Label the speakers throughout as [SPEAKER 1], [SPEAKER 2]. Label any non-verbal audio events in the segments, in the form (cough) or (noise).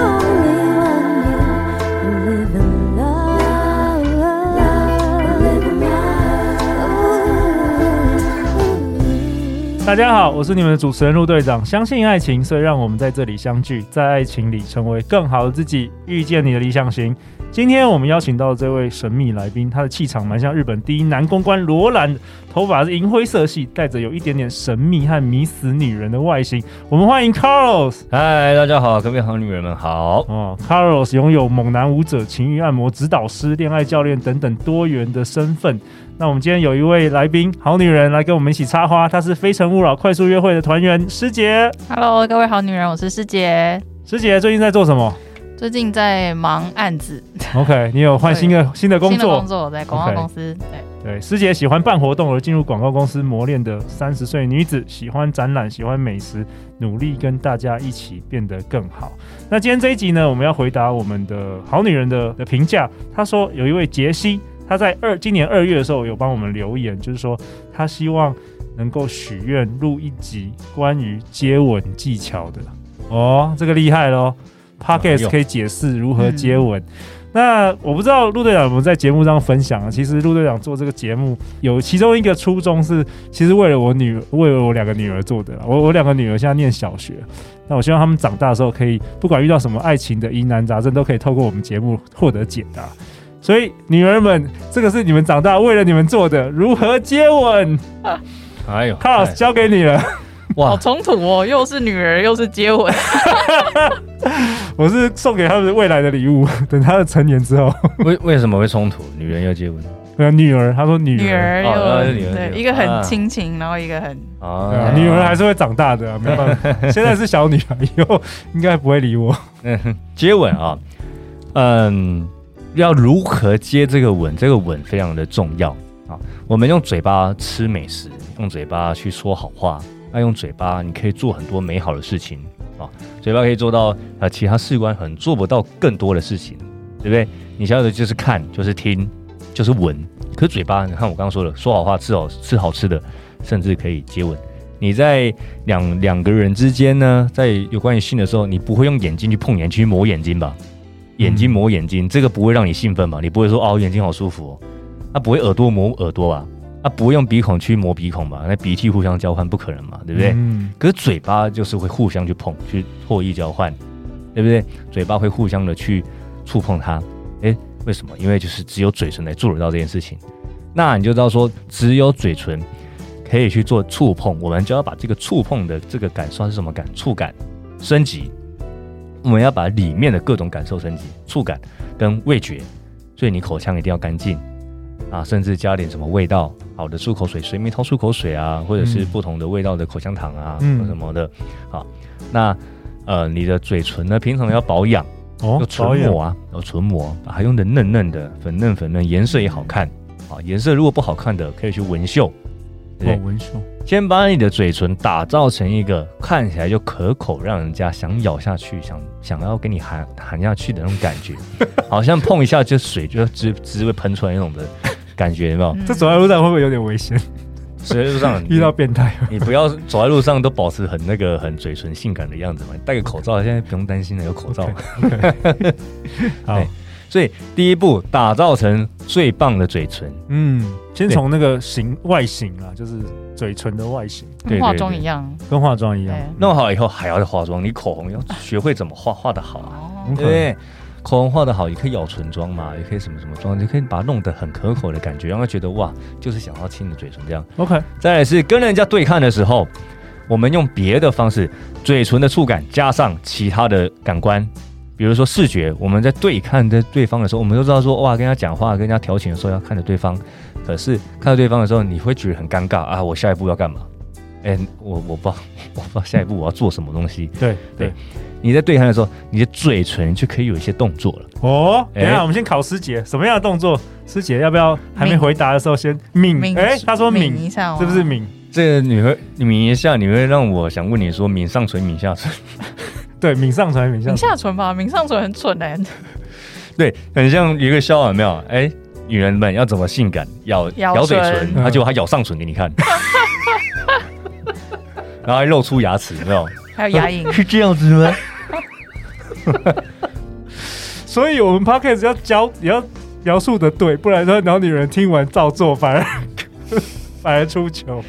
[SPEAKER 1] only one you live in love, live in love.
[SPEAKER 2] 大家好，我是你们的主持人陆队长。相信爱情，所以让我们在这里相聚，在爱情里成为更好的自己，遇见你的理想型。今天我们邀请到的这位神秘来宾，他的气场蛮像日本第一男公关罗兰，头发是银灰色系，带着有一点点神秘和迷死女人的外形。我们欢迎 Carlos。
[SPEAKER 3] 嗨，大家好，各位好女人们好。
[SPEAKER 2] 哦，Carlos 拥有猛男舞者、情欲按摩指导师、恋爱教练等等多元的身份。那我们今天有一位来宾，好女人来跟我们一起插花，她是《非诚勿扰》快速约会的团员师姐。
[SPEAKER 4] Hello，各位好女人，我是师姐。
[SPEAKER 2] 师姐最近在做什么
[SPEAKER 4] 最近在忙案子，
[SPEAKER 2] ？OK，你有换新的新的工
[SPEAKER 4] 新的
[SPEAKER 2] 作
[SPEAKER 4] 工？作我在广告
[SPEAKER 2] OK
[SPEAKER 4] 公司。对，
[SPEAKER 2] 对，师姐喜欢办活动而进入广告公司磨练的三十岁女子，喜欢展览，喜欢美食，努力跟大家一起变得更好。那今天这一集呢，我们要回答我们的好女人的的评价。她说有一位杰西，她在二今年二月的时候有帮我们留言，就是说她希望能够许愿录一集关于接吻技巧的。哦，这个厉害喽 p o c k
[SPEAKER 4] 哎
[SPEAKER 2] e t
[SPEAKER 3] 有
[SPEAKER 2] 可以解释如何接吻。那我不知道陆队长有没有在节目上分享啊？其实陆队长做这个节目，有其中一个初衷是，其实为了我女，为了我两个女儿做的啦。我我两个女儿现在念小学，那我希望她们长大的时候，可以不管遇到什么爱情的疑难杂症，都可以透过我们节目获得解答。所以女儿们，这个是你们长大为了你们做的，如何接吻
[SPEAKER 3] 哎呦，
[SPEAKER 2] ，Carlos 交给你了。 (laughs)
[SPEAKER 4] 好
[SPEAKER 3] 哇，
[SPEAKER 4] 冲突哦，又是女儿又是接吻。
[SPEAKER 2] 我是送给他们未来的礼物，等他们成年之后， (laughs)
[SPEAKER 3] 为为什么会冲突？女人要接吻啊
[SPEAKER 2] 呃，女儿，他说女
[SPEAKER 4] 女
[SPEAKER 2] 儿，
[SPEAKER 4] 儿
[SPEAKER 3] 哦那是女
[SPEAKER 4] 又
[SPEAKER 3] 儿女儿
[SPEAKER 4] 对，一个
[SPEAKER 3] 啊
[SPEAKER 4] 很亲情，然后一个很
[SPEAKER 2] 对啊
[SPEAKER 3] 啊
[SPEAKER 2] 女儿还是会长大的啊、没办 (laughs) 法，现在是小女孩，以后应该不会理我。
[SPEAKER 3] 接吻啊，嗯，要如何接这个吻？这个吻非常的重要啊。我们用嘴巴吃美食，用嘴巴去说好话，那用嘴巴你可以做很多美好的事情啊。嘴巴可以做到呃其他士官很做不到更多的事情，对不对？你想要的就是看，就是听，就是闻。可是嘴巴，你看我刚刚说的，说好话，吃好吃好吃的，甚至可以接吻。你在两两个人之间呢，在有关于性的时候，你不会用眼睛去碰眼睛、去磨眼睛吧？眼睛磨眼睛，这个不会让你兴奋吧？你不会说哦，眼睛好舒服、哦，啊，不会耳朵磨耳朵吧？啊，不会用鼻孔去磨鼻孔吧？那鼻涕互相交换不可能嘛，对不对？
[SPEAKER 2] 嗯，
[SPEAKER 3] 可是嘴巴就是会互相去碰，去唾液交换，对不对？嘴巴会互相的去触碰它。诶，为什么？因为就是只有嘴唇来做得到这件事情。那你就知道说，只有嘴唇可以去做触碰，我们就要把这个触碰的这个感受是什么感？触感升级，我们要把里面的各种感受升级，触感跟味觉。所以你口腔一定要干净啊，甚至加点什么味道，好的漱口水、水蜜桃漱口水啊，或者是
[SPEAKER 2] 嗯
[SPEAKER 3] 不同的味道的口香糖啊，
[SPEAKER 2] 嗯
[SPEAKER 3] 或什么的。好，那呃，你的嘴唇呢，平常要保养，
[SPEAKER 2] 哦
[SPEAKER 3] 有，
[SPEAKER 2] 导
[SPEAKER 3] 唇
[SPEAKER 2] 演
[SPEAKER 3] 膜啊，有唇膜，把它用的嫩嫩的、粉嫩粉嫩，颜色也好看啊。颜色如果不好看的，可以去纹绣，对不对
[SPEAKER 2] 哦，文秀，
[SPEAKER 3] 先把你的嘴唇打造成一个看起来就可口，让人家想咬下去，想想要给你含含下去的那种感觉，好像碰一下就水就直直会喷出来那种的感觉，有没有？
[SPEAKER 4] 嗯
[SPEAKER 2] 这走在路上会不会有点危险？
[SPEAKER 3] 所以就让
[SPEAKER 2] 遇到变态，
[SPEAKER 3] 你不要走在路上都保持很那个很嘴唇性感的样子嘛，戴个口罩，现在不用担心了，有口罩。 (laughs)
[SPEAKER 2] 好
[SPEAKER 3] 对，所以第一步，打造成最棒的嘴唇，
[SPEAKER 2] 嗯，先
[SPEAKER 3] 对
[SPEAKER 2] 从那个形外形啊，就是嘴唇的外形，
[SPEAKER 3] 对
[SPEAKER 4] 跟
[SPEAKER 3] 对
[SPEAKER 4] 化妆
[SPEAKER 3] 对
[SPEAKER 4] 一样。
[SPEAKER 2] 跟化妆一样
[SPEAKER 4] 对，
[SPEAKER 3] 弄好以后还要再化妆，你口红要学会怎么画，画的好啊，
[SPEAKER 4] 哦，
[SPEAKER 2] 很可
[SPEAKER 3] 对不
[SPEAKER 2] 能
[SPEAKER 3] 对？口红画的好，也可以咬唇妆嘛，也可以什么什么妆，就可以把它弄得很可口的感觉，让他觉得哇，就是想要亲你的嘴唇这样。
[SPEAKER 2] OK，
[SPEAKER 3] 再来是跟人家对看的时候，我们用别的方式，嘴唇的触感加上其他的感官，比如说视觉，我们在对看在对方的时候，我们都知道说哇，跟他讲话、跟人家调情的时候要看着对方，可是看着对方的时候，你会觉得很尴尬啊，我下一步要干嘛？哎、我我不知道， (laughs) 我不知道下一步我要做什么东西。
[SPEAKER 2] 对对
[SPEAKER 3] 对，你在对看的时候，你的嘴唇就可以有一些动作了。
[SPEAKER 2] 哦，等一下，
[SPEAKER 3] 哎
[SPEAKER 2] 我们先考师姐，什么样的动作？师姐要不要还没回答的时候先抿？
[SPEAKER 4] 抿
[SPEAKER 2] 哎，她说
[SPEAKER 4] 抿
[SPEAKER 2] 抿
[SPEAKER 4] 一，下哦，
[SPEAKER 2] 是不是抿？
[SPEAKER 3] 这个你会你抿一下，你会让我想问你说抿上唇、抿下唇，
[SPEAKER 2] 对，抿上唇，抿下
[SPEAKER 4] 抿
[SPEAKER 2] 唇。
[SPEAKER 4] 下唇吧？抿上唇很蠢哎，
[SPEAKER 3] 对，很像一个笑话，有没有？哎、女人们要怎么性感？咬
[SPEAKER 4] 咬
[SPEAKER 3] 嘴
[SPEAKER 4] 唇
[SPEAKER 3] 唇，她就她咬上唇给你看， (laughs) 然后还露出牙齿，有没有？，
[SPEAKER 4] 还有牙龈
[SPEAKER 3] 是这样子吗？
[SPEAKER 2] (laughs) 所以我们 podcast 要教也要描述的对，不然说老女人听完照做，反而 (laughs) 反而出糗。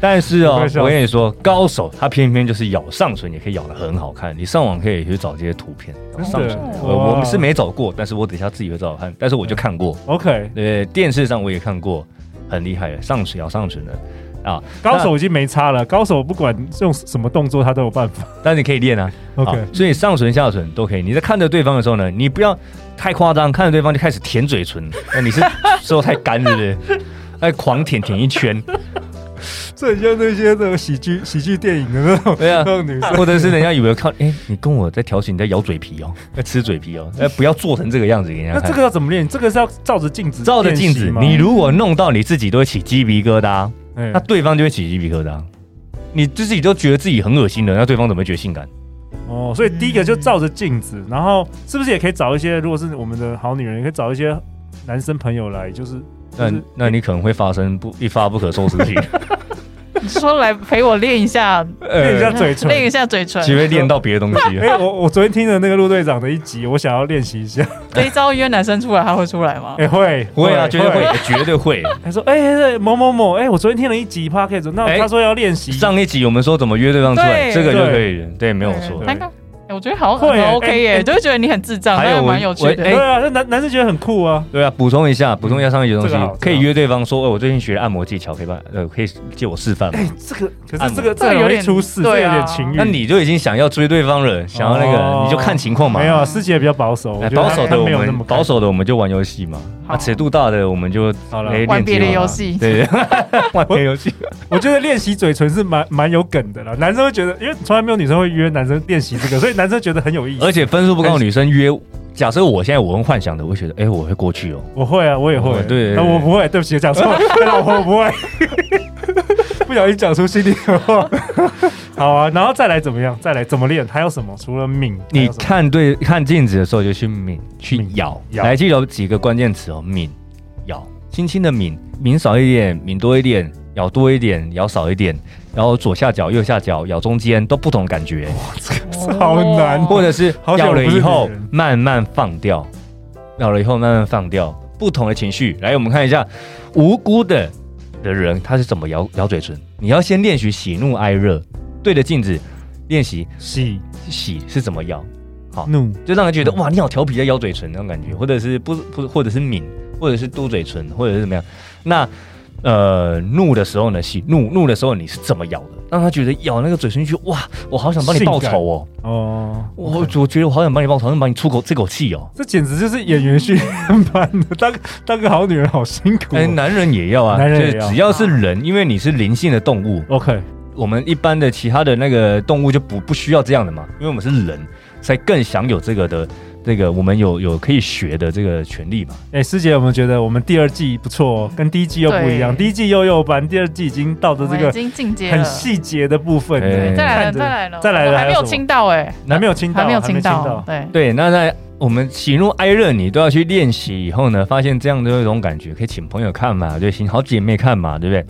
[SPEAKER 3] 但是
[SPEAKER 2] 我
[SPEAKER 3] 哦
[SPEAKER 2] 快，笑死
[SPEAKER 3] 我跟你说，高手他偏偏就是咬上唇也可以咬得很好看，你上网可以去找这些图片。
[SPEAKER 2] 真的
[SPEAKER 3] 上唇，
[SPEAKER 2] 哇
[SPEAKER 3] 我我们是没找过，但是我等一下自己会找找看，但是我就看过，
[SPEAKER 2] OK，
[SPEAKER 3] 呃，电视上我也看过，很厉害的，上唇咬上唇的啊，
[SPEAKER 2] 高手已经没差了，高手不管用什么动作他都有办法。
[SPEAKER 3] 但你可以练啊。好
[SPEAKER 2] OK，
[SPEAKER 3] 所以上唇下唇都可以。你在看着对方的时候呢，你不要太夸张，看着对方就开始舔嘴唇， (laughs) 那你是舌头太干是不是？哎，狂舔舔一圈， (laughs)
[SPEAKER 2] 这很像那些的喜剧喜剧电影的那种
[SPEAKER 3] 对啊
[SPEAKER 2] 那种女生。
[SPEAKER 3] 或者是人家以为看，哎，你跟我在调情，你在咬嘴皮哦， (laughs) 在吃嘴皮哦，哎，不要做成这个样子给人
[SPEAKER 2] 那
[SPEAKER 3] 家
[SPEAKER 2] 这
[SPEAKER 3] 看。
[SPEAKER 2] 个要怎么练？这个是要照着镜子，
[SPEAKER 3] 照着镜子，你如果弄到你自己都会起鸡皮疙瘩，
[SPEAKER 2] 哎
[SPEAKER 3] 那对方就会起鸡皮疙瘩，你自己都觉得自己很恶心了，那对方怎么会觉得性感？
[SPEAKER 2] 哦，所以第一个就照着镜子，然后是不是也可以找一些，如果是我们的好女人，也可以找一些男生朋友来，就是就
[SPEAKER 3] 那
[SPEAKER 2] 是
[SPEAKER 3] 那你可能会发生不一发不可收拾
[SPEAKER 2] (laughs)
[SPEAKER 3] 的事情， (laughs)
[SPEAKER 4] 你说来陪我练一下，
[SPEAKER 2] 练一下嘴唇。
[SPEAKER 4] 练一下嘴唇，
[SPEAKER 3] 只呃会练到别的东西了。
[SPEAKER 2] 哎、我我昨天听了那个陆队长的一集，我想要练习一下。
[SPEAKER 4] 这一招约男生出来，他会出来
[SPEAKER 2] (laughs)
[SPEAKER 4] 吗？
[SPEAKER 2] 哎、会
[SPEAKER 3] 会啊，绝对会，绝
[SPEAKER 2] (laughs)
[SPEAKER 3] 对会。
[SPEAKER 2] 他说：“哎、哎某某某，哎、我昨天听了一集 p o d c a s t 那
[SPEAKER 3] 哎
[SPEAKER 2] 他说要练习，
[SPEAKER 3] 上一集我们说怎么约对方出
[SPEAKER 4] 对
[SPEAKER 3] 来，这个就可以了，对，没有错
[SPEAKER 4] 对。那个，哎我觉得好像
[SPEAKER 2] 会
[SPEAKER 4] 很
[SPEAKER 2] 哎
[SPEAKER 4] OK
[SPEAKER 2] 哎
[SPEAKER 4] 耶，就会觉得你很智障，
[SPEAKER 3] 还
[SPEAKER 4] 但
[SPEAKER 3] 有
[SPEAKER 4] 是
[SPEAKER 3] 我
[SPEAKER 4] 蛮有趣的
[SPEAKER 3] 我。哎
[SPEAKER 2] 对啊，那男男生觉得很酷啊。
[SPEAKER 3] 对啊，补充一下，补充一下上一集的东
[SPEAKER 2] 这个好
[SPEAKER 3] 西，可以约对方说，哎，我最近学了按摩技巧，可以帮呃，可以借我示范吗
[SPEAKER 2] 哎、？这个可
[SPEAKER 3] 按
[SPEAKER 2] 是
[SPEAKER 3] 摩
[SPEAKER 2] 这个
[SPEAKER 4] 这
[SPEAKER 2] 这个
[SPEAKER 4] 个有
[SPEAKER 2] 容易
[SPEAKER 4] 点
[SPEAKER 2] 出事，这
[SPEAKER 4] 对
[SPEAKER 2] 有
[SPEAKER 4] 啊
[SPEAKER 2] 点情欲。
[SPEAKER 3] 那你就已经想要追对方了，想要那
[SPEAKER 2] 哦
[SPEAKER 3] 个，你就看情况嘛
[SPEAKER 2] 没。有啊师姐比较保守，我
[SPEAKER 3] 哎
[SPEAKER 2] 觉得
[SPEAKER 3] 保
[SPEAKER 2] 她
[SPEAKER 3] 守的
[SPEAKER 2] 她
[SPEAKER 3] 我
[SPEAKER 2] 没有那么
[SPEAKER 3] 们
[SPEAKER 2] 看
[SPEAKER 3] 保守的我们就玩游戏嘛，
[SPEAKER 4] 好
[SPEAKER 3] 啊，尺度大的我们就
[SPEAKER 2] 好了
[SPEAKER 3] 哎
[SPEAKER 4] 玩别的
[SPEAKER 3] 练肌肉嘛
[SPEAKER 4] 游戏
[SPEAKER 2] (laughs)
[SPEAKER 3] 对，玩别的游戏。
[SPEAKER 2] (laughs) 我觉得练习嘴唇是蛮蛮有梗的啦，男生会觉得，因为从来没有女生会约男生练习这个，所以男生觉得很有意思。
[SPEAKER 3] (laughs) 而且分数不高，女生约，假设我现在我用幻想的，我会觉得，哎，我会过去哦。
[SPEAKER 2] 我会啊，我也会
[SPEAKER 3] 我。对
[SPEAKER 2] 啊我不会，对不起，讲
[SPEAKER 3] (laughs)
[SPEAKER 2] 错了，老婆我不会， (laughs) 不小心讲出心里的话。 (laughs) 好啊，然后再来怎么样？再来怎么练？还有什么？除了抿，还
[SPEAKER 3] 你
[SPEAKER 2] 有什么
[SPEAKER 3] 看对看镜子的时候就去抿去
[SPEAKER 2] 抿
[SPEAKER 3] 咬，
[SPEAKER 2] 咬
[SPEAKER 3] 来记得有几个关键词哦，抿咬，轻轻的抿，抿少一点，抿多一点，咬多一点，咬少一点，然后左下角、右下角、咬中间都不同感觉，
[SPEAKER 2] 好难
[SPEAKER 4] 哦
[SPEAKER 3] 或者是
[SPEAKER 2] 好险
[SPEAKER 3] 咬
[SPEAKER 2] 我不
[SPEAKER 3] 了
[SPEAKER 2] 是
[SPEAKER 3] 以后
[SPEAKER 2] 女人
[SPEAKER 3] 慢慢放掉，咬了以后慢慢放掉，不同的情绪。来，我们看一下无辜的的人他是怎么咬咬嘴唇，你要先练习喜怒哀乐，对着镜子练习
[SPEAKER 2] 喜
[SPEAKER 3] 喜是怎么咬。
[SPEAKER 2] 怒
[SPEAKER 3] 就让人觉得哇，你好调皮，在咬嘴唇那种感觉，或者是不不，或者是抿，或者是嘟嘴唇，或者是怎么样。那呃，怒的时候呢，喜怒怒的时候你是怎么咬的？让他觉得咬那个嘴唇去，哇，我好想帮你报仇哦，
[SPEAKER 2] 哦，
[SPEAKER 3] 我我觉得我好想帮你报仇，想帮你出口这口气哦。
[SPEAKER 2] 这简直就是演员训练班的， (laughs) 当当个好女人好辛苦哦。
[SPEAKER 3] 哎，男人也要啊，
[SPEAKER 2] 男人也要
[SPEAKER 3] 就是只要是人，因为你是灵性的动物，
[SPEAKER 2] OK，
[SPEAKER 3] 我们一般的其他的那个动物就不不需要这样的嘛，因为我们是人，才更享有这个的这个我们有有可以学的这个权利嘛。
[SPEAKER 2] 哎，师姐，我们觉得我们第二季不错哦，跟第一季又不一样。
[SPEAKER 4] 对
[SPEAKER 2] 第一季幼幼班，第二季已经到
[SPEAKER 4] 我
[SPEAKER 2] 了这
[SPEAKER 4] 们已
[SPEAKER 2] 个
[SPEAKER 4] 经进阶
[SPEAKER 2] 很
[SPEAKER 4] 了。
[SPEAKER 2] 细节的部分了。
[SPEAKER 3] 哎
[SPEAKER 4] 对再来了，
[SPEAKER 2] 看着
[SPEAKER 4] 再来了，
[SPEAKER 2] 再来
[SPEAKER 4] 我
[SPEAKER 2] 了，
[SPEAKER 4] 们还没有
[SPEAKER 2] 什么
[SPEAKER 4] 听到哎，
[SPEAKER 2] 还没有清到，
[SPEAKER 4] 还没有
[SPEAKER 2] 清
[SPEAKER 4] 听到，。对，
[SPEAKER 3] 对，那在我们喜怒哀乐你都要去练习以后呢，发现这样的一种感觉，可以请朋友看嘛，对，请好姐妹看嘛，对不对？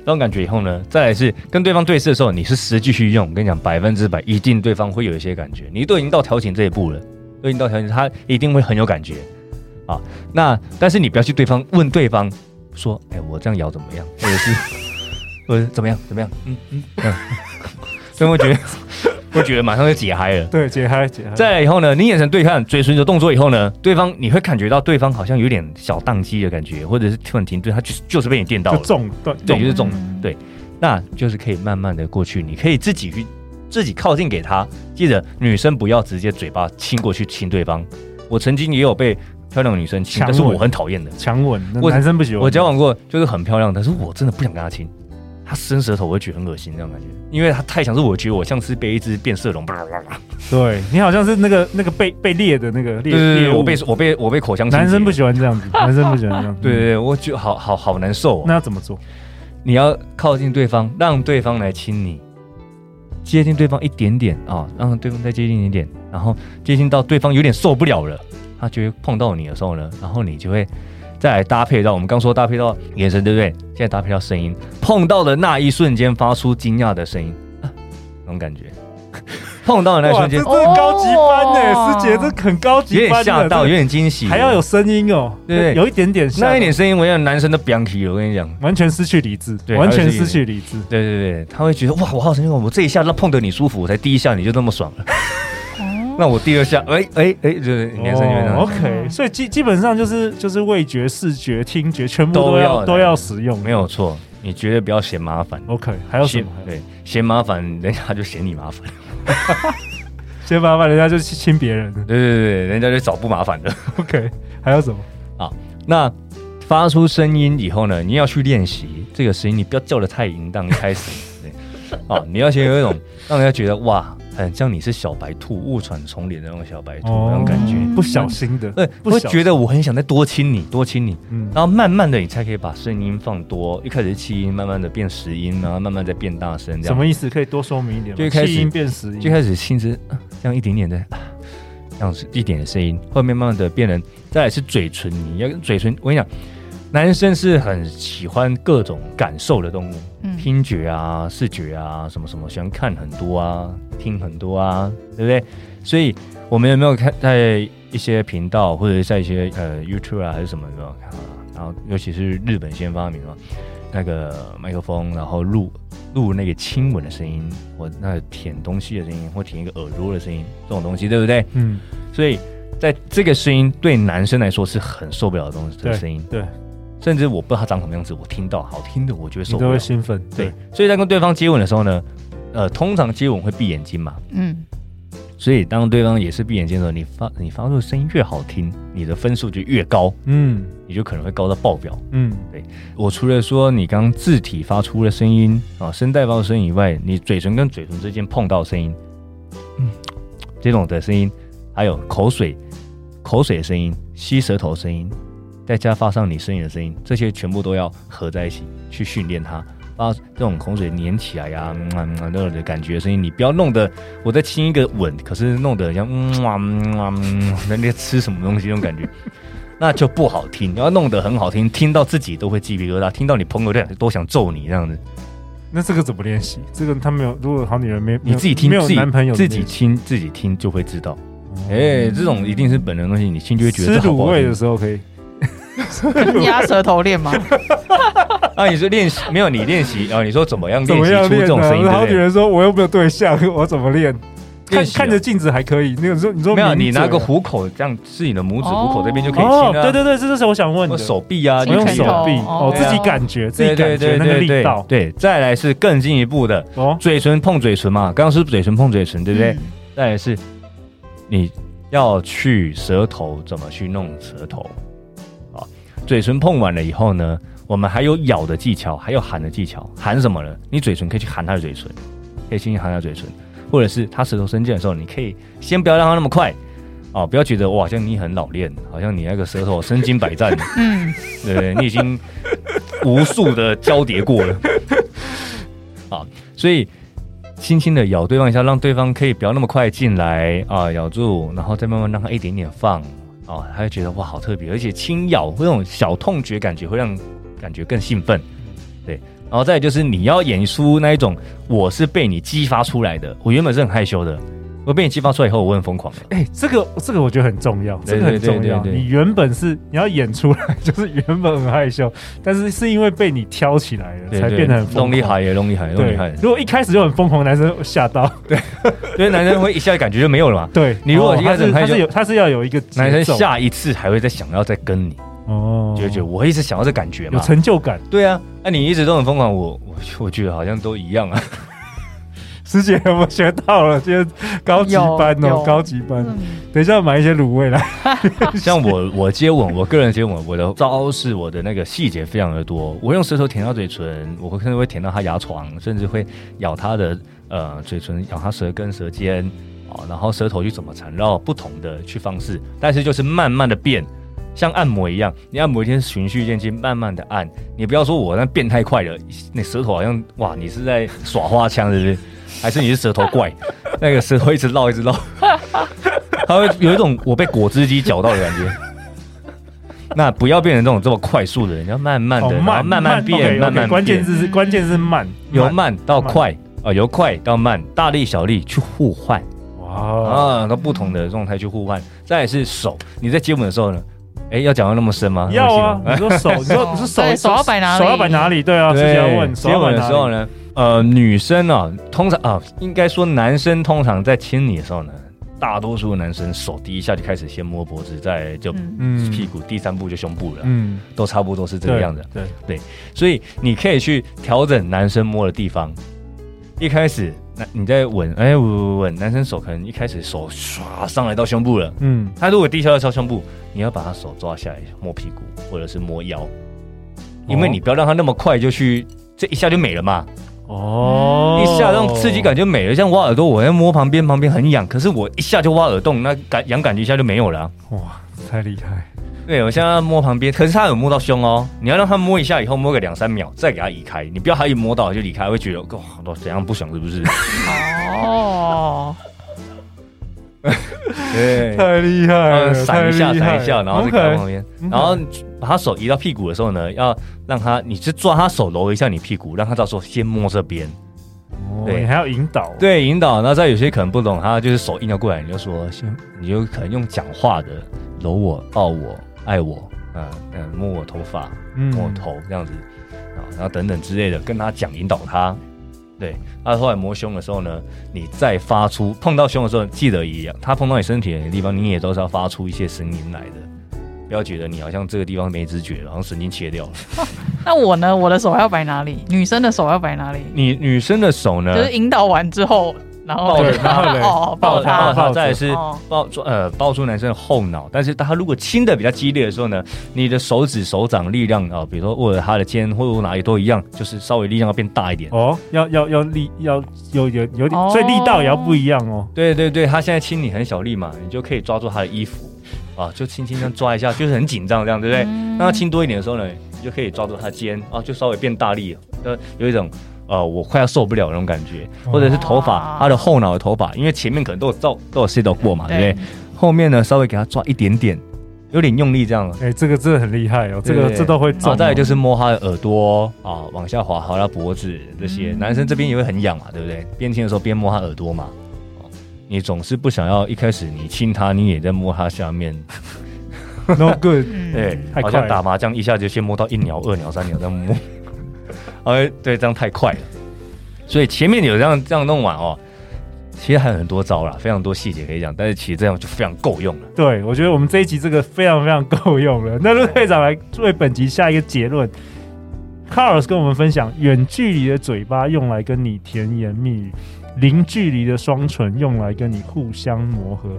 [SPEAKER 3] 这种感觉以后呢，再来是跟对方对视的时候，你是实际去用，我跟你讲，百分之百一定对方会有一些感觉，你都已经到调情这一步了，都已经到调情，他一定会很有感觉啊。那但是你不要去对方问对方说，哎、我这样摇怎么样，或者是 (laughs) 或者是怎么样怎么样，嗯嗯，嗯所以我觉得 (laughs) 我觉得马上就解嗨了。
[SPEAKER 2] 对，解开解开。
[SPEAKER 3] 再来以后呢，你眼神对看，嘴唇有动作以后呢，对方你会感觉到对方好像有点小宕机的感觉，或者是突然停顿，他就是就是被你电到
[SPEAKER 2] 就
[SPEAKER 3] 了，
[SPEAKER 2] 中断，
[SPEAKER 3] 对，就
[SPEAKER 2] 中
[SPEAKER 3] 是中
[SPEAKER 4] 嗯，
[SPEAKER 3] 对，那就是可以慢慢的过去，你可以自己去自己靠近给他，记得女生不要直接嘴巴亲过去亲对方，我曾经也有被漂亮的女生亲，
[SPEAKER 2] 强
[SPEAKER 3] 但是我
[SPEAKER 2] 吻
[SPEAKER 3] 很讨厌的，
[SPEAKER 2] 强吻，那
[SPEAKER 3] 我
[SPEAKER 2] 男生不喜欢。
[SPEAKER 3] 我交往过就是很漂亮，但是我真的不想跟她亲。她伸舌头，我会觉得很恶心，那种感觉，因为她太强势，我觉得我像是被一只变色龙，
[SPEAKER 2] 对你好像是那个那个被被猎的那个猎
[SPEAKER 3] 对对对，
[SPEAKER 2] 猎物
[SPEAKER 3] 我被我被我被口腔清洁
[SPEAKER 2] 男生不喜欢这样
[SPEAKER 3] (laughs)
[SPEAKER 2] 子，男生不喜欢这样子。
[SPEAKER 3] 对对，对，我就好好好难受、哦。
[SPEAKER 2] 那要怎么做？
[SPEAKER 3] 你要靠近对方，让对方来亲你，接近对方一点点啊、让对方再接近一点，然后接近到对方有点受不了了，他就会碰到你的时候呢，然后你就会再来搭配到我们刚说搭配到眼神，对不对？现在搭配到声音，碰到的那一瞬间发出惊讶的声音，啊，那种感觉。碰到的那一
[SPEAKER 2] 哇，
[SPEAKER 3] 瞬
[SPEAKER 2] 这
[SPEAKER 3] 间
[SPEAKER 2] 这，很高级班呢，
[SPEAKER 4] 哦
[SPEAKER 2] 师姐，这很高级
[SPEAKER 3] 有
[SPEAKER 2] 班
[SPEAKER 3] 点
[SPEAKER 2] 的，
[SPEAKER 3] 吓到，
[SPEAKER 2] 这
[SPEAKER 3] 有点惊喜，
[SPEAKER 2] 还要有声音哦，
[SPEAKER 3] 对
[SPEAKER 2] 有一点点吓到
[SPEAKER 3] 那一点声音，我让男生都 b i a n k 我跟你讲。
[SPEAKER 2] 完全失去理智，
[SPEAKER 3] 对
[SPEAKER 2] 完全失去理智。
[SPEAKER 3] 对对对，他会觉得哇，我好成就感，我这一下让碰得你舒服，我才第一下你就那么爽了。
[SPEAKER 2] 哦
[SPEAKER 3] (laughs) 那我第二下，哎哎哎，就是男生就会那样。
[SPEAKER 2] o k 哦所以基基本上就是就是味觉、视觉、听觉全部
[SPEAKER 3] 都
[SPEAKER 2] 都
[SPEAKER 3] 要
[SPEAKER 2] 要
[SPEAKER 3] 的
[SPEAKER 2] 都要使用，
[SPEAKER 3] 没有错，你绝对不要嫌麻烦。
[SPEAKER 2] OK，还有什
[SPEAKER 3] 嫌
[SPEAKER 2] 么？
[SPEAKER 3] 对，嫌麻烦，人家就嫌你麻烦。 (laughs)
[SPEAKER 2] 先麻烦人家就去亲别人了
[SPEAKER 3] 对对对，人家就找不麻烦的。
[SPEAKER 2] ，OK，还有什么？
[SPEAKER 3] (laughs) 那发出声音以后呢，你要去练习这个声音，你不要叫的太淫荡，一开
[SPEAKER 2] (laughs)
[SPEAKER 3] 始，对，哦，你要先有一种让人家觉得哇，很像你是小白兔误闯丛林的那种小白兔、
[SPEAKER 2] 哦
[SPEAKER 3] 那种感觉，
[SPEAKER 2] 不小心的，
[SPEAKER 3] 对，
[SPEAKER 2] 不
[SPEAKER 3] 会
[SPEAKER 2] 小心
[SPEAKER 3] 觉得我很想再多亲你，多亲你，
[SPEAKER 2] 嗯
[SPEAKER 3] 然后慢慢的你才可以把声音放多，一开始是气音，慢慢的变实音，然后慢慢再变大声，这
[SPEAKER 2] 什
[SPEAKER 3] 样
[SPEAKER 2] 么意思？可以多说明一点吗？
[SPEAKER 3] 就一开始
[SPEAKER 2] 气音变实
[SPEAKER 3] 就
[SPEAKER 2] 音，
[SPEAKER 3] 开始心思啊这样一点点的，啊这样子一点的声音，后面慢慢的变成，再来是嘴唇，你要嘴唇，我跟你讲，男生是很喜欢各种感受的动物，
[SPEAKER 4] 嗯
[SPEAKER 3] 听觉啊、视觉啊，什么什么，喜欢看很多啊，听很多啊，对不对？所以我们有没有看在一些频道或者在一些呃 YouTube 啊还是什么有没有看到啊？然后尤其是日本先发明嘛，那个麦克风，然后录录那个亲吻的声音，或那舔东西的声音，或舔一个耳朵的声音，这种东西，对不对？
[SPEAKER 2] 嗯，
[SPEAKER 3] 所以在这个声音对男生来说是很受不了的东西，这个声音，
[SPEAKER 2] 对，
[SPEAKER 3] 甚至我不知道他长什么样子，我听到好听的，我就会
[SPEAKER 2] 你
[SPEAKER 3] 受不
[SPEAKER 2] 都
[SPEAKER 3] 了
[SPEAKER 2] 会。兴奋，
[SPEAKER 3] 对，，所以在跟对方接吻的时候呢，呃，通常接吻会闭眼睛嘛，
[SPEAKER 4] (laughs) 嗯，
[SPEAKER 3] 所以当对方也是闭眼睛的时候，你发你发出的声音越好听，你的分数就越高，
[SPEAKER 2] 嗯
[SPEAKER 3] 你就可能会高到爆表。
[SPEAKER 2] 嗯，
[SPEAKER 3] 我除了说你刚字体发出的声音啊，声带发出的声音以外，你嘴唇跟嘴唇之间碰到的声音，嗯，这种的声音，还有口水、口水的声音、吸舌头的声音，再加发上你声音的声音，这些全部都要合在一起去训练它。发这种口水粘起来呀、嗯啊嗯啊那种的感觉的声音，你不要弄得我在亲一个吻，可是弄得很像嗯啊嗯啊嗯啊，那在吃什么东西那种感觉。那就不好听，你要弄得很好听，听到自己都会鸡皮疙瘩，听到你朋友都想都想揍你这样子。
[SPEAKER 2] 那这个怎么练习？这个他没有，如果好女人没
[SPEAKER 3] 你自己听，
[SPEAKER 2] 没有
[SPEAKER 3] 自己
[SPEAKER 2] 男朋友
[SPEAKER 3] 自己听，自己听就会知道。哎、这种一定是本能的东西，你听就会觉
[SPEAKER 2] 哦吃
[SPEAKER 3] 得这好不
[SPEAKER 2] 卤
[SPEAKER 3] 好
[SPEAKER 2] 味
[SPEAKER 3] 听
[SPEAKER 2] 的。时候可以，
[SPEAKER 4] 压舌头 (laughs) 练吗？
[SPEAKER 3] 啊，你是练习没有？你练习啊？你说怎么样
[SPEAKER 2] 怎
[SPEAKER 3] 练
[SPEAKER 2] 么
[SPEAKER 3] 习
[SPEAKER 2] 样
[SPEAKER 3] 出
[SPEAKER 2] 练啊
[SPEAKER 3] 这种声音？
[SPEAKER 2] 呢？
[SPEAKER 3] 对
[SPEAKER 2] 好
[SPEAKER 3] 不
[SPEAKER 2] 女
[SPEAKER 3] 对？
[SPEAKER 2] 人说：“我又没有对象， (laughs) 我怎么练？”看
[SPEAKER 3] 练习啊
[SPEAKER 2] 看着镜子还可以。那个时候你说
[SPEAKER 3] 没有，
[SPEAKER 2] 抿
[SPEAKER 3] 你拿
[SPEAKER 2] 嘴
[SPEAKER 3] 个
[SPEAKER 2] 啊
[SPEAKER 3] 虎口这样，是你的拇指
[SPEAKER 4] 哦
[SPEAKER 3] 虎口这边就可以
[SPEAKER 2] 哦，
[SPEAKER 3] 亲啊。
[SPEAKER 2] 对对对，这就是我想问
[SPEAKER 3] 或
[SPEAKER 2] 的。
[SPEAKER 3] 手臂啊，
[SPEAKER 4] 我
[SPEAKER 2] 我
[SPEAKER 3] 就
[SPEAKER 2] 用
[SPEAKER 3] 可以
[SPEAKER 2] 手
[SPEAKER 3] 啊
[SPEAKER 2] 臂
[SPEAKER 4] 哦
[SPEAKER 2] 哦，自己感觉自己
[SPEAKER 3] 对
[SPEAKER 2] 感
[SPEAKER 3] 对
[SPEAKER 2] 觉
[SPEAKER 3] 对
[SPEAKER 2] 那个
[SPEAKER 3] 对
[SPEAKER 2] 力
[SPEAKER 3] 对
[SPEAKER 2] 道
[SPEAKER 3] 对，再来是更进一步的，
[SPEAKER 2] 哦，
[SPEAKER 3] 嘴唇碰嘴唇嘛，刚刚是嘴唇碰嘴唇，对不对？
[SPEAKER 4] 嗯
[SPEAKER 3] 再来是你要去舌头怎么去弄舌头啊？嘴唇碰完了以后呢，我们还有咬的技巧，还有含的技巧。含什么呢？你嘴唇可以去含他的嘴唇，可以轻轻含他的嘴唇，或者是他舌头伸进来的时候，你可以先不要让他那么快。哦，不要觉得哇，好像你很老练，好像你那个舌头身经百战，
[SPEAKER 4] 嗯，
[SPEAKER 3] 对不对？你已经无数的交叠过了。 (laughs) 好，所以轻轻的咬对方一下，让对方可以不要那么快进来啊，咬住，然后再慢慢让他一点点放啊，他会觉得哇，好特别，而且轻咬会有那种小痛觉感觉，会让感觉更兴奋。对，然后再来就是你要演出那一种我是被你激发出来的，我原本是很害羞的，我被你激发出来以后，我很疯狂了。
[SPEAKER 2] 哎，这个这个我觉得很重要，这
[SPEAKER 3] 对
[SPEAKER 2] 个很重要。
[SPEAKER 3] 对对对对
[SPEAKER 2] 你原本是你要演出来， (laughs) 就是原本很害羞，但是是因为被你挑起来了，
[SPEAKER 3] 对
[SPEAKER 2] 才
[SPEAKER 3] 对
[SPEAKER 2] 变得很
[SPEAKER 3] 弄
[SPEAKER 2] 疯
[SPEAKER 3] 厉
[SPEAKER 2] 狂。
[SPEAKER 3] 害耶，弄厉
[SPEAKER 2] (laughs)
[SPEAKER 3] 害，弄厉害
[SPEAKER 2] 对，，如果一开始就很疯狂，男生会吓到。
[SPEAKER 3] 因为男生会一下感觉就没有了嘛。
[SPEAKER 2] 对
[SPEAKER 3] (laughs) 你如果
[SPEAKER 2] 哦
[SPEAKER 3] 一
[SPEAKER 2] 他
[SPEAKER 3] 开
[SPEAKER 2] 是
[SPEAKER 3] 始很害
[SPEAKER 2] 他是
[SPEAKER 3] 羞
[SPEAKER 2] 有他是要有一个节
[SPEAKER 3] 男生
[SPEAKER 2] 奏
[SPEAKER 3] 下一次还会再想要再跟你，
[SPEAKER 2] 哦
[SPEAKER 3] 就会觉得我一直想要这感觉
[SPEAKER 2] 有
[SPEAKER 3] 嘛。
[SPEAKER 2] 成就感。
[SPEAKER 3] 对啊，那、你一直都很疯狂，我我我觉得好像都一样啊。
[SPEAKER 2] 师姐有没有学到了？今天高级班
[SPEAKER 4] 有
[SPEAKER 2] 哦
[SPEAKER 4] 有，
[SPEAKER 2] 高级班。
[SPEAKER 4] 嗯
[SPEAKER 2] 等一下买一些卤味来。
[SPEAKER 3] 像我我接吻，我个人接吻，我的招式，我的那个细节非常的多。我用舌头舔到嘴唇，我会甚至会舔到他牙床，甚至会咬他的呃嘴唇，咬他舌根、舌尖哦，然后舌头去怎么缠绕不同的去方式，但是就是慢慢的变。像按摩一样，你按摩一天循序渐进，慢慢的按，你不要说我那变太快了，那舌头好像哇，你是在 (laughs) 耍花枪是不是？还是你是舌头怪？那个舌头一直绕一直绕，它会有一种我被果汁机搅到的感觉。那不要变成这种这么快速的人，要慢哦慢的，然后
[SPEAKER 2] 慢
[SPEAKER 3] 慢慢变，
[SPEAKER 2] OK，OK，
[SPEAKER 3] 慢慢变
[SPEAKER 2] 关键字是关键字是慢，
[SPEAKER 3] 由慢到快啊、由快到慢，大力小力去互换
[SPEAKER 2] 哇，
[SPEAKER 3] 啊，到不同的状态去互换。再来是手，你在接吻的时候呢，哎，要讲到那么深吗？
[SPEAKER 2] 要啊，
[SPEAKER 3] 那么
[SPEAKER 2] 你说
[SPEAKER 3] 细
[SPEAKER 2] 手，你说
[SPEAKER 4] 手
[SPEAKER 2] 你说手
[SPEAKER 4] 对哦手要摆哪里
[SPEAKER 2] 手要摆哪里？对啊，
[SPEAKER 3] 吗
[SPEAKER 2] 之
[SPEAKER 3] 哦对，
[SPEAKER 2] 前要问手
[SPEAKER 3] 接
[SPEAKER 2] 要摆
[SPEAKER 3] 吻的
[SPEAKER 2] 哪
[SPEAKER 3] 时候
[SPEAKER 2] 里？
[SPEAKER 3] 呢，呃，女生啊，通常啊，应该说男生通常在亲你的时候呢，大多数的男生手第一下就开始先摸脖子，再就
[SPEAKER 4] 嗯
[SPEAKER 2] 嗯
[SPEAKER 3] 屁股，第三步就胸部了，
[SPEAKER 2] 嗯，
[SPEAKER 3] 都差不多是这个
[SPEAKER 2] 对
[SPEAKER 3] 样子。
[SPEAKER 2] 对，
[SPEAKER 3] 所以你可以去调整男生摸的地方。一开始，那你在吻，哎，吻吻吻，男生手可能一开始手唰上来到胸部了，
[SPEAKER 2] 嗯，
[SPEAKER 3] 他如果低下到胸部，你要把他手抓下来摸屁股或者是摸腰，因为你不要让他那么快就去。这一下就没了嘛，
[SPEAKER 2] 哦，
[SPEAKER 3] 一下让刺激感就没了。像挖耳朵，我在摸旁边，旁边很痒，可是我一下就挖耳洞，那感痒感觉一下就没有了啊、
[SPEAKER 2] 哇，太厉害，
[SPEAKER 3] 对，我现在摸旁边，可是他有摸到胸哦。你要让他摸一下，以后摸个两三秒，再给他移开。你不要他一摸到就离开，会觉得哇，都怎样不爽是不是？
[SPEAKER 4] 哦，
[SPEAKER 3] (laughs) 对，
[SPEAKER 2] 太厉害
[SPEAKER 3] 嗯
[SPEAKER 2] 了，
[SPEAKER 3] 闪一下，
[SPEAKER 2] 太厉害
[SPEAKER 3] 闪一下，然后再给他摸
[SPEAKER 2] OK，
[SPEAKER 3] 旁边，然后把他手移到屁股的时候呢，要让他，你是抓他手揉一下你屁股，让他到时候先摸这边。
[SPEAKER 2] 哦
[SPEAKER 3] 对
[SPEAKER 2] 你还要引导，
[SPEAKER 3] 对，引导。那再有些可能不懂，他就是手硬要过来，你就说先，你就可能用讲话的揉我、抱我、爱我，嗯嗯，摸我头发，
[SPEAKER 2] 嗯，
[SPEAKER 3] 摸头这样子啊，然后等等之类的，跟他讲引导他。对，他后来摸胸的时候呢，你再发出碰到胸的时候，记得一样，他碰到你身体的地方，你也都是要发出一些声音来的，不要觉得你好像这个地方没知觉，然后神经切掉了。
[SPEAKER 4] 那我呢？我的手要摆哪里？女生的手要摆哪里？
[SPEAKER 3] 你女生的手呢
[SPEAKER 4] 就，是引导完之后，然后
[SPEAKER 3] 抱
[SPEAKER 2] 对
[SPEAKER 3] 着
[SPEAKER 2] 然后嘞
[SPEAKER 4] 哦抱着
[SPEAKER 3] 她，
[SPEAKER 4] 他
[SPEAKER 3] 抱再来是
[SPEAKER 4] 哦
[SPEAKER 3] 抱住呃抱住男生的后脑，但是他如果亲的比较激烈的时候呢，你的手指手掌力量啊、比如说握着他的肩或者哪里都一样，就是稍微力量要变大一点。
[SPEAKER 2] 哦，要要要力要有有有点，
[SPEAKER 4] 哦
[SPEAKER 2] 所以力道也要不一样哦。
[SPEAKER 3] 对对对，他现在亲你很小力嘛，你就可以抓住他的衣服啊，就轻轻这样抓一下，就是很紧张这样，对不对？那他亲多一点的时候呢，你就可以抓住他的肩啊，就稍微变大力了，呃，有一种。呃，我快要受不了那种感觉，或者是头发
[SPEAKER 4] 哦，
[SPEAKER 3] 他的后脑的头发，因为前面可能都有照都有 set 到过嘛，对不
[SPEAKER 4] 对
[SPEAKER 3] 对？后面呢，稍微给他抓一点点，有点用力这样了。
[SPEAKER 2] 哎，这个真的很厉害哦，这个
[SPEAKER 3] 对
[SPEAKER 2] 这都会
[SPEAKER 3] 然
[SPEAKER 2] 中
[SPEAKER 3] 后
[SPEAKER 2] 哦。
[SPEAKER 3] 再来就是摸他的耳朵啊，往下滑，滑到脖子这些。
[SPEAKER 2] 嗯
[SPEAKER 3] 男生这边也会很痒嘛，对不对？边亲的时候边摸他耳朵嘛。哦你总是不想要一开始你亲他，你也在摸他下面，
[SPEAKER 2] no
[SPEAKER 3] (laughs)
[SPEAKER 2] good，
[SPEAKER 4] 嗯
[SPEAKER 3] 对，
[SPEAKER 2] 太
[SPEAKER 3] 好
[SPEAKER 2] 快
[SPEAKER 3] 像
[SPEAKER 2] 了
[SPEAKER 3] 打麻将一下就先摸到一鸟、二鸟、三鸟这样摸， (laughs) 哎，对，这样太快了。所以前面有这样这样弄完哦，其实还有很多招啦，非常多细节可以讲，但是其实这样就非常够用了。
[SPEAKER 2] 对我觉得我们这一集这个非常非常够用了。那陆队长来为本集下一个结论。Carlos 跟我们分享，远距离的嘴巴用来跟你甜言蜜语，零距离的双唇用来跟你互相磨合。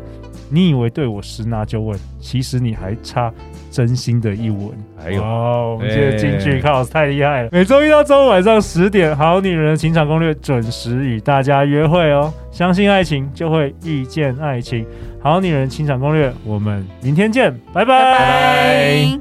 [SPEAKER 2] 你以为对我十拿九稳，其实你还差真心的一吻。
[SPEAKER 3] 还有，
[SPEAKER 2] 哦，我们这个金句
[SPEAKER 3] 哎
[SPEAKER 2] cos 太厉害了！每周一到周五晚上十点，《好女人的情场攻略》准时与大家约会哦。相信爱情，就会遇见爱情。《好女人情场攻略》，我们明天见，拜拜
[SPEAKER 4] 拜拜。